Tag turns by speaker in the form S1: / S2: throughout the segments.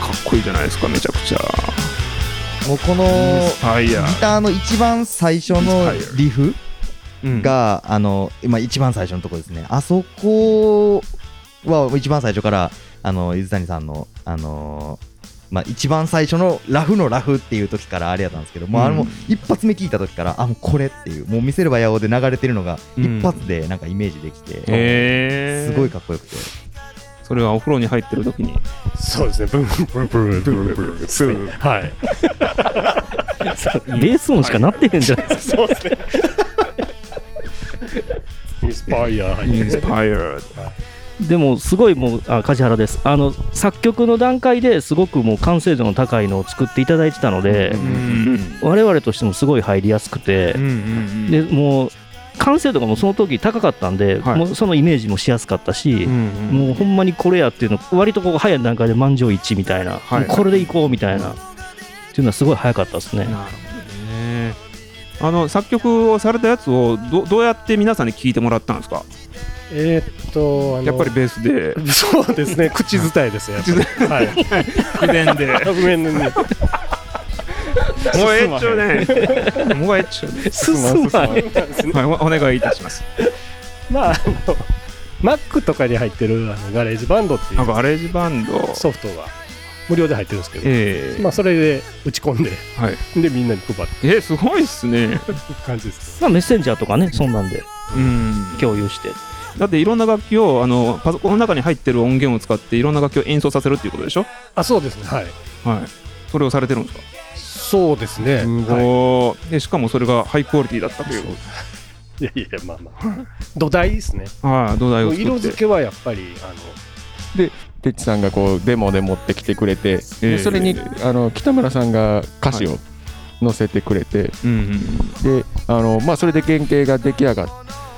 S1: かっこいいじゃないですかめちゃくちゃ
S2: もうこの
S1: インスパイ
S2: ギ
S1: ア
S2: ターの一番最初のリフ
S1: うん
S2: が、あの今一番最初のとこですねあそこは一番最初からあの水谷さんのあのまあ、一番最初のラフのラフっていう時からあれやったんですけど、もうあれも
S1: うん
S2: 一発目聞いた時からあもうこれっていうもう見せればやおうで流れてるのが
S1: うん
S2: 一発でなんかイメージできて、
S1: へー
S2: すごいかっこよくて
S1: それはお風呂に入ってる時に
S3: そうですね。ブンブンブンブンブンブンブンブン。はい。
S4: ベース音しかなってへんじゃないですか。
S3: そうですね。インスパイア。
S1: インスパイアー
S4: でもすごいもうあ梶原ですあの作曲の段階ですごくもう完成度の高いのを作っていただいてたので、我々としてもすごい入りやすくて、でもう完成度がもうその時高かったんで、
S1: はい
S4: もうそのイメージもしやすかったし、
S1: も
S4: もうほんまにこれやっていうの割とこう早い段階で満場一致みたいな、
S1: はい
S4: もうこれでいこうみたいなっていうのはすごい早かったですね。
S1: なるほどねあの作曲をされたやつをどどうやって皆さんに聞いてもらったんですか
S3: えーっと、あの
S1: やっぱりベースで
S3: そうですね。口伝えですよ。
S1: 口伝
S3: え。はい。
S1: 口伝で
S3: ごめんね。
S1: もうええっちょうねもうええっちょうね
S4: 進ま
S3: 進まな
S4: な
S3: いいですね
S1: はいおお願いいたします
S3: まあ、あの、Mac とかに入ってるあのガレージバンドってい
S1: なん
S3: う
S1: かアレージバンド
S3: ソフトが無料で入ってるんですけど、
S1: ええ
S3: まあ、それで打ち込んで、
S1: はい
S3: で、みんなに配って
S1: えーすごいっすね
S3: 感じです。
S4: まあ、メッセンジャーとかねそんなんで
S1: うん
S4: 共有して
S1: だっていろんな楽器をあのパソコンの中に入ってる音源を使っていろんな楽器を演奏させるっていうことでしょ
S3: あ、そうですね。はい。
S1: はいそれをされてるんですか
S3: そうですね。
S1: す
S3: はい
S1: ごいでしかもそれがハイクオリティだったという
S3: いやいや、まあまあ。土台ですね。
S1: はい土台
S3: も
S1: を
S3: う
S1: 作
S3: 色
S1: って
S3: 付けはやっぱり、あの、
S5: てちさんがこうデモで持ってきてくれて、
S1: ええ
S5: でそれにあの北村さんが歌詞を載せてくれて、
S1: うんうんうん
S5: であのまあ、それで原型が出来上がっ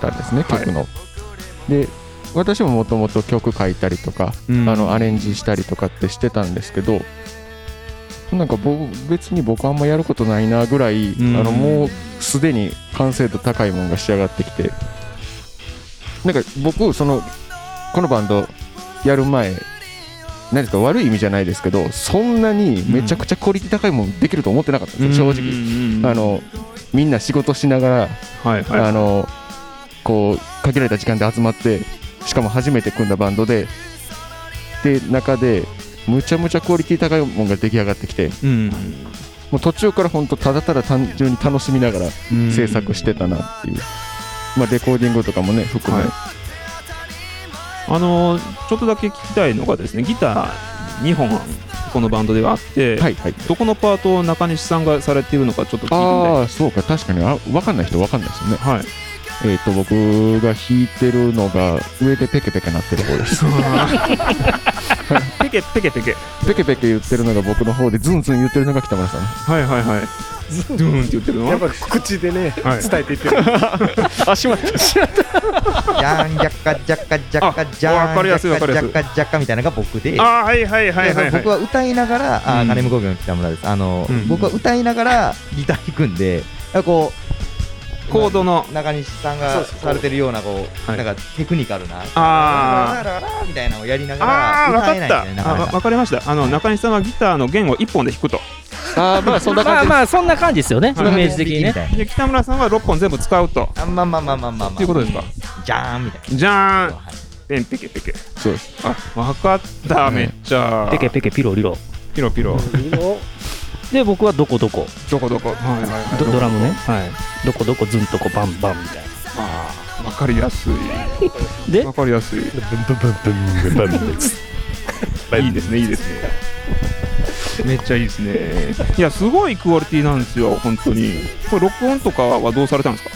S5: たんですね
S1: はい
S5: 曲の。で私ももともと曲書いたりとか、
S1: うん
S5: あのアレンジしたりとかってしてたんですけどなんか僕別に僕あんまやることないなぐらい、
S1: うん
S5: あのもうすでに完成度高いもんが仕上がってきてなんか僕そのこのバンドやる前何ですか悪い意味じゃないですけどそんなにめちゃくちゃクオリティ高いもんできると思ってなかったんですよ、正直。
S1: 直
S5: あのみんな仕事しながら、
S1: はいはい
S5: あのこう限られた時間で集まってしかも初めて組んだバンドでで中でむちゃむちゃクオリティ高いものが出来上がってきて
S1: うん
S5: もう途中から本当ただただ単純に楽しみながら
S1: うん
S5: 制作してたなっていう、まあ、レコーディングとかもね含め、
S1: はいあのちょっとだけ聞きたいのがですねギター2本このバンドではあって、
S5: はいはい
S1: どこのパートを中西さんがされているのかちょっと聞いてみたい
S5: ああそうか確かにあ分かんない人分かんないですよね
S1: はい
S5: えっ、と僕が弾いてるのが上でペケペケ鳴ってる 方です
S1: ペケペケペケ
S5: ペケペケ言ってるのが僕の方でズンズン言ってるのが北村さん
S1: はいはいはいドゥーンって言ってるの
S3: やっぱり口でね、
S1: はい
S3: 伝えていってる。 あ、しま った。
S2: じゃんじゃっかじゃっかじゃっかじゃん
S1: あわかりやすいわかりやすい
S2: じゃっかじゃっかみたいなのが僕で
S1: ああはいはいはいはい
S2: で僕は歌いながら、あ
S1: うん
S2: ー、金無工業の北村です。あの、
S1: うん
S2: 僕は歌いながらギター弾くんで、なんかこう、
S1: コードの
S2: 中西さん
S3: そう
S2: が
S3: です
S2: されてるような、こう、
S1: はい
S2: なんかテクニカルな、
S1: あー
S2: ララララララみたいなのをやりなが
S1: ああ分
S2: ら、歌
S1: か
S2: え
S1: っ
S2: ないんだよね、な
S1: たあ
S2: かな
S1: わ
S2: か。
S1: わかりましたあの中西さんはギターの弦を1本で弾くと
S5: ああまあそんな
S4: ま
S5: 感
S4: あ
S5: じで
S4: まあそんな感じですよね、
S1: はい
S4: イメージ的にね
S2: み。たい
S1: で北村さんは6本全部使うと
S2: な。あまあまあまあまあまあまあ。
S1: っていうことですか
S2: じゃーんみたいな。
S1: じゃーん
S2: はい
S1: ペンペケペケ
S5: すそうです
S1: あ分かっためっちゃ
S4: ペケペケピロリロ。
S1: ピロピロ
S4: で僕はどこどこ
S1: どこどこはいはいはい
S4: ドドラムね、はい、どこどこずんとこバンバンみたい
S1: ああ分かりやすい
S4: で
S1: 分かりやすいいいですねいいですねめっちゃいいですねいやすごいクオリティなんですよ本当にこれ録音とかはどうされたんですか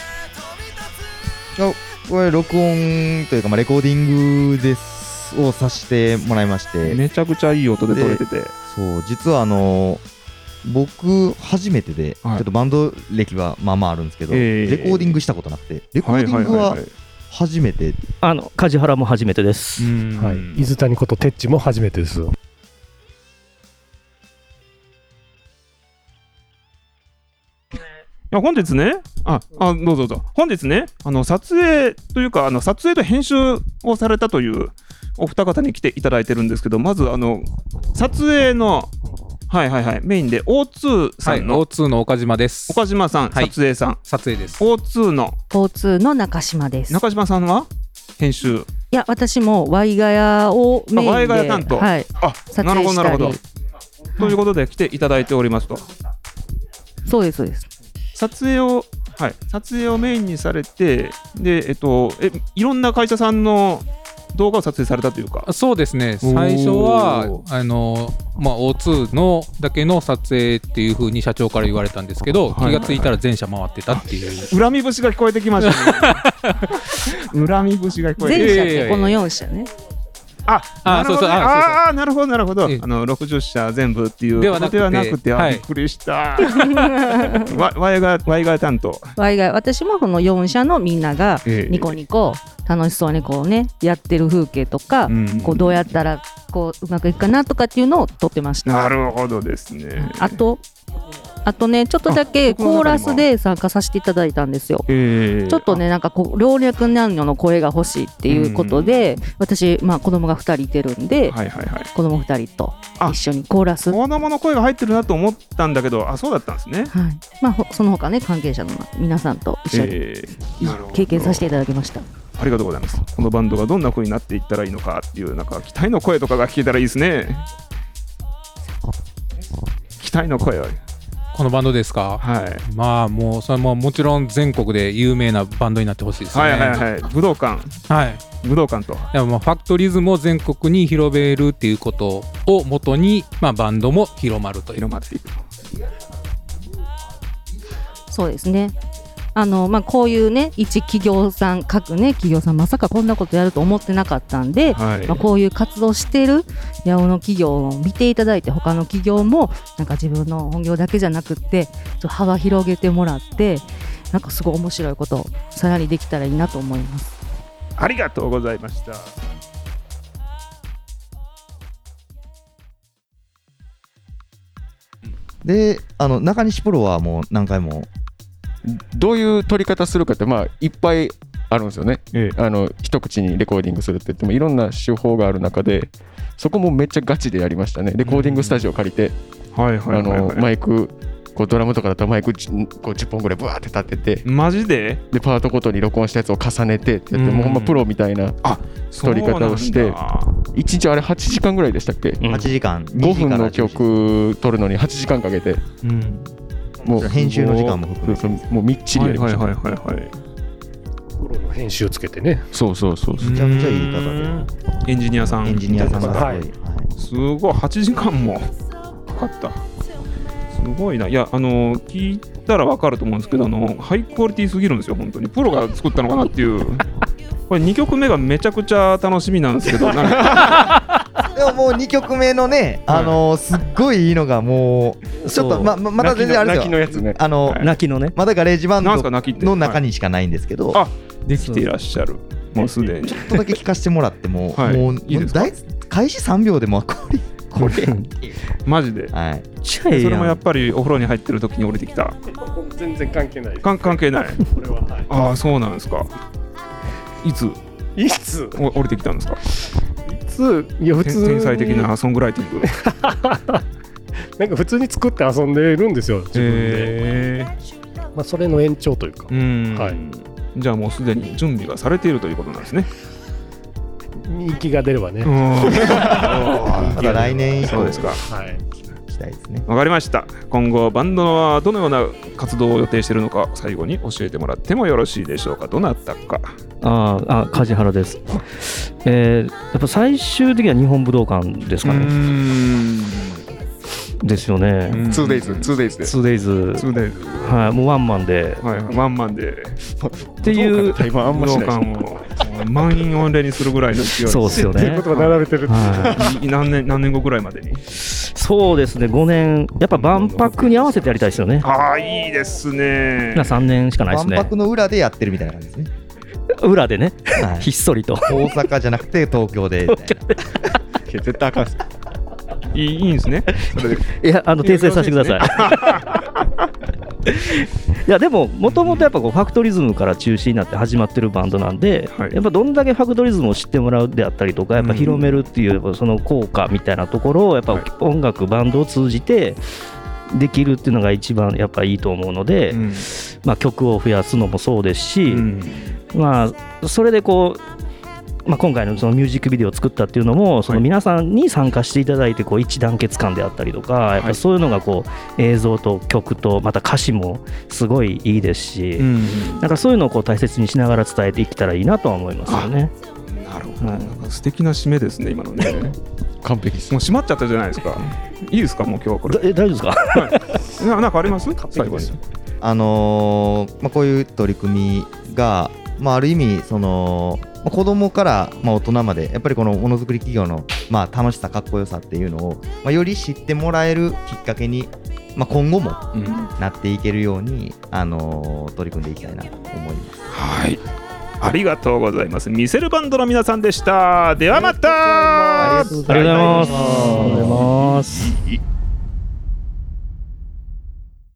S2: これ、録音というか、まあ、レコーディングです、をさせてもらいまして、
S1: めちゃくちゃいい音で撮れてて
S2: そう実はあの僕初めてで、
S1: はい
S2: ちょっとバンド歴はまあまああるんですけど、
S1: ええ
S2: レコーディングしたことなくてレコーディングは初めて
S4: なあの梶原も初めてです、
S1: うん
S3: はい。伊豆谷ことてっちも初めてです。
S1: いや本日ねああどうぞどうぞ本日ねあの撮影というかあの撮影と編集をされたというお二方に来ていただいてるんですけど、まずあの撮影の、はいはいはい、メインで O2 さ
S6: はい、
S1: んの、
S6: O2 の岡島です。
S1: 岡島さん、
S6: はい
S1: 撮影さん、
S6: 撮影です。
S1: O2 の
S7: O2 の中島です。い
S1: 中島さんは編集。
S7: や、私もワイガヤをメインで。
S1: あワイガヤ担当
S7: はい。
S1: あ
S7: 撮
S1: なる
S7: 影
S1: ほど
S7: し
S1: な
S7: た
S1: るほ
S7: り
S1: ど。ということで来ていただいておりますと。
S7: そうです、そうです。
S1: 撮影を、はい、撮影をメインにされて、で、えっと、えいろんな会社さんの動画を撮影されたというか。
S6: そうですね
S1: おー
S6: 最初はあの、まあ、O2 のだけの撮影っていう風に社長から言われたんですけど、
S1: はい
S6: 気がついたら全社回ってたっていう
S1: 恨み節が聞こえてきました ね。恨み節が聞こえて
S6: い
S7: 前
S6: やいや
S7: 者
S6: いや
S7: とこの4社ね。
S1: あ、な
S6: あ
S1: るほどね
S6: そうそうあそうそう
S1: あー、なるほど、なるほど。あ
S6: ええ
S1: の60社全部っていう
S6: ではなくて
S1: ではなくて、あ
S6: はい
S1: びっくりした。 わわいが、わいが担当。
S7: ワイガヤ、私もこの4社のみんなが
S1: ええ
S7: ニコニコ楽しそうにこうね、やってる風景とか、
S1: ん
S7: こうどうやったらこううまくいくかなとかっていうのを撮ってました。
S1: なるほどですね。
S7: あと、あとね、ちょっとだ
S1: あ
S7: け
S1: 僕の中にも
S7: コーラスで参加させていただいたんですよ。
S1: ええ
S7: ちょっとね、なんかこう老若男女の声が欲しいっていうことで、私、まあ、子供が2人いてるんで、
S1: はいはいはい。
S7: 子供2人と
S1: あ
S7: 一緒にコーラス、はい
S1: 子供の声が入ってるなと思ったんだけど、あ、そうだったんですね。
S7: まあ、ほその他ね、関係者の皆さんと一緒に
S1: ええなるほど
S7: 経験させていただきました。
S1: ありがとうございます。このバンドがどんな風になっていったらいいのかっていう、なんか期待の声とかが聞けたらいいですね。期待の声は、
S6: このバンドですか、
S1: はい。
S6: まあもうそれはもうもちろん全国で有名なバンドになってほしいですね
S1: はいはいはい。武道館、
S6: はい
S1: 武道館と。
S6: でもまあファクトリズムを全国に広めるっていうことをもとに、まあ、バンドも広まるという
S1: 広まっていく。
S7: そうですねあのまあ、こういうね一企業さん各ね企業さんまさかこんなことやると思ってなかったんで、
S1: はい
S7: まあ、こういう活動してる八尾の企業を見ていただいて他の企業もなんか自分の本業だけじゃなくってちょっと幅広げてもらってなんかすごい面白いことをさらにできたらいいなと思います。
S1: ありがとうございました。
S2: で、あの中西プロはもう何回も、
S5: どういう撮り方するかって、まあ、いっぱいあるんですよね。あの一口にレコーディングするって言ってもいろんな手法がある中でそこもめっちゃガチでやりましたねレコーディングスタジオ借りて、
S1: はいはい
S5: あ
S1: はい、
S5: の
S1: はい
S5: マイクこうドラムとかだったらマイクじこう10本ぐらいブワーって立てて
S1: マジで
S5: でパートごとに録音したやつを重ねてってやって、
S1: うん
S5: もうほんまプロみたいな撮り方をして
S1: そうなんだ
S5: 1日あれ8時間ぐらいでしたっけ、
S4: うん
S2: 8時間、
S5: 5
S2: 2時
S5: 分
S2: から
S5: の
S2: 8時間
S5: 曲撮るのに8時間かけて
S1: うん。
S5: もう
S2: 編集の時間も含めて
S5: そうそうもうみっちりやりま
S1: はい
S5: し
S1: は
S5: た、
S1: いはいはいはい。
S3: プロの編集つけてね。
S5: そうそうそうそう
S2: めちゃめちゃいい方で
S1: で。エンジニアさん。
S2: エンジニアさんがすごい。
S3: はい
S2: はい
S1: すごい、8時間もかかった。すごいな。いや、あの、聞いたら分かると思うんですけど、あの、ハイクオリティすぎるんですよ、本当に。プロが作ったのかなっていう。これ2曲目がめちゃくちゃ楽しみなんですけど、なんか
S2: でももう2曲目のね、あのーすっごいいいのがもう、ちょっ
S4: そ
S2: と
S4: う
S2: まままだ全然あれですよ、
S5: 泣きのやつね
S2: あの
S1: はい
S4: 泣きのね
S2: まだガレージバン
S1: なんすか
S2: ド
S1: 泣きって。
S2: の中
S1: に
S2: にしかないんですけど、
S1: はいで
S2: ち
S1: きていらっしゃる。もうすでに。
S2: ょっとだけ聞かせてもらっても、
S1: はい
S2: もう
S1: いいですか
S2: だい開始3秒でもうこれ、これやんけ、
S1: マジで。
S2: はい、
S4: ち
S1: そ
S4: ゃい
S1: れもや
S4: や
S1: っ
S4: ん
S1: ぱりお風呂に入ってる時に降りてきた。
S3: 全然関係ない。
S1: かん関係ない。
S3: これは、は
S1: ああ、そうなんですか。いつ
S3: い。いつ
S1: お降りてきたんですか。
S3: いついや、普
S1: 天
S3: 通に
S1: 天才的。なソングライティング。
S3: なんか普通に作って遊んでるんですよ、自分で。
S1: へ
S3: まあ、それの延長というか
S1: え。うん。
S3: はい
S1: じゃあもうすでに準備がされているということなんですね。
S3: 息が出ればね。
S2: まだ来年以
S1: そう
S2: 降
S1: ですか。
S3: はい。
S2: 期待ですね。
S1: わかりました。今後バンドはどのような活動を予定しているのか最後に教えてもらってもよろしいでしょうか。どなたか。
S4: あーあ梶原ですえーやっぱ最終的には日本武道館ですかね
S1: ん。
S4: ですよね
S5: 2days2days です
S4: 2days
S1: 2で
S4: はいもうワンマンで
S1: はい、ワンマンで
S4: っていう
S5: 今あん
S1: 武
S5: ま
S1: 道
S5: しない
S1: 館を満員御礼にするぐらいの勢い
S4: そうですよ
S3: ってい
S4: ね
S3: うことが並べてる。
S4: はい
S1: い何年何年後ぐらいまでに
S4: そうですね5年やっぱ万博に合わせてやりたいですよね
S1: ああいいですね
S4: 今3年しかないです
S2: 万
S4: ね
S2: 博の裏でやってるみたいな感じですね。
S4: 裏でね
S2: は
S4: ひ
S2: い
S4: っそりと
S2: 大阪じゃなくて東京でみたいな。
S5: 絶対あかんっす
S1: いいいいんですねそれで
S4: いや、あの訂正させてください。 いやでももともとやっぱこうファクトリズムから中心になって始まってるバンドなんで、
S1: はい
S4: やっぱどんだけファクトリズムを知ってもらうであったりとかやっぱ広めるっていうやっぱその効果みたいなところをやっぱ音楽バンドを通じてできるっていうのが一番やっぱいいと思うので、
S1: うん
S4: まあ、曲を増やすのもそうですし、
S1: うん
S4: まあそれでこう、まあ、今回のそのミュージックビデオを作ったっていうのもその皆さんに参加していただいてこう一致団結感であったりとか、やっぱそういうのがこう映像と曲とまた歌詞もすごいいいですし、なんかそういうのをこう大切にしながら伝えていけたらいいなとは思いますよね。
S1: なるほど、
S4: はい
S1: なんか素敵な締めですね、今のね。
S5: 完璧です
S1: もう閉まっちゃったじゃないですか。いいですか、もう今日はこれ
S4: だ。え大丈夫ですか
S1: ななんかあります最後に。
S2: あのーまあ、こういう取り組みが、まあ、ある意味その、まあ子供から、まあ、大人までやっぱりこのものづくり企業の、まあ、楽しさかっこよさっていうのを、まあ、より知ってもらえるきっかけに、まあ、今後もなっていけるように、あのー取り組んでいきたいなと思います。
S1: はい。ありがとうございます。ミセルバンドの皆さんでした。ではまた。
S4: ありがとうございます。ありがとうございます。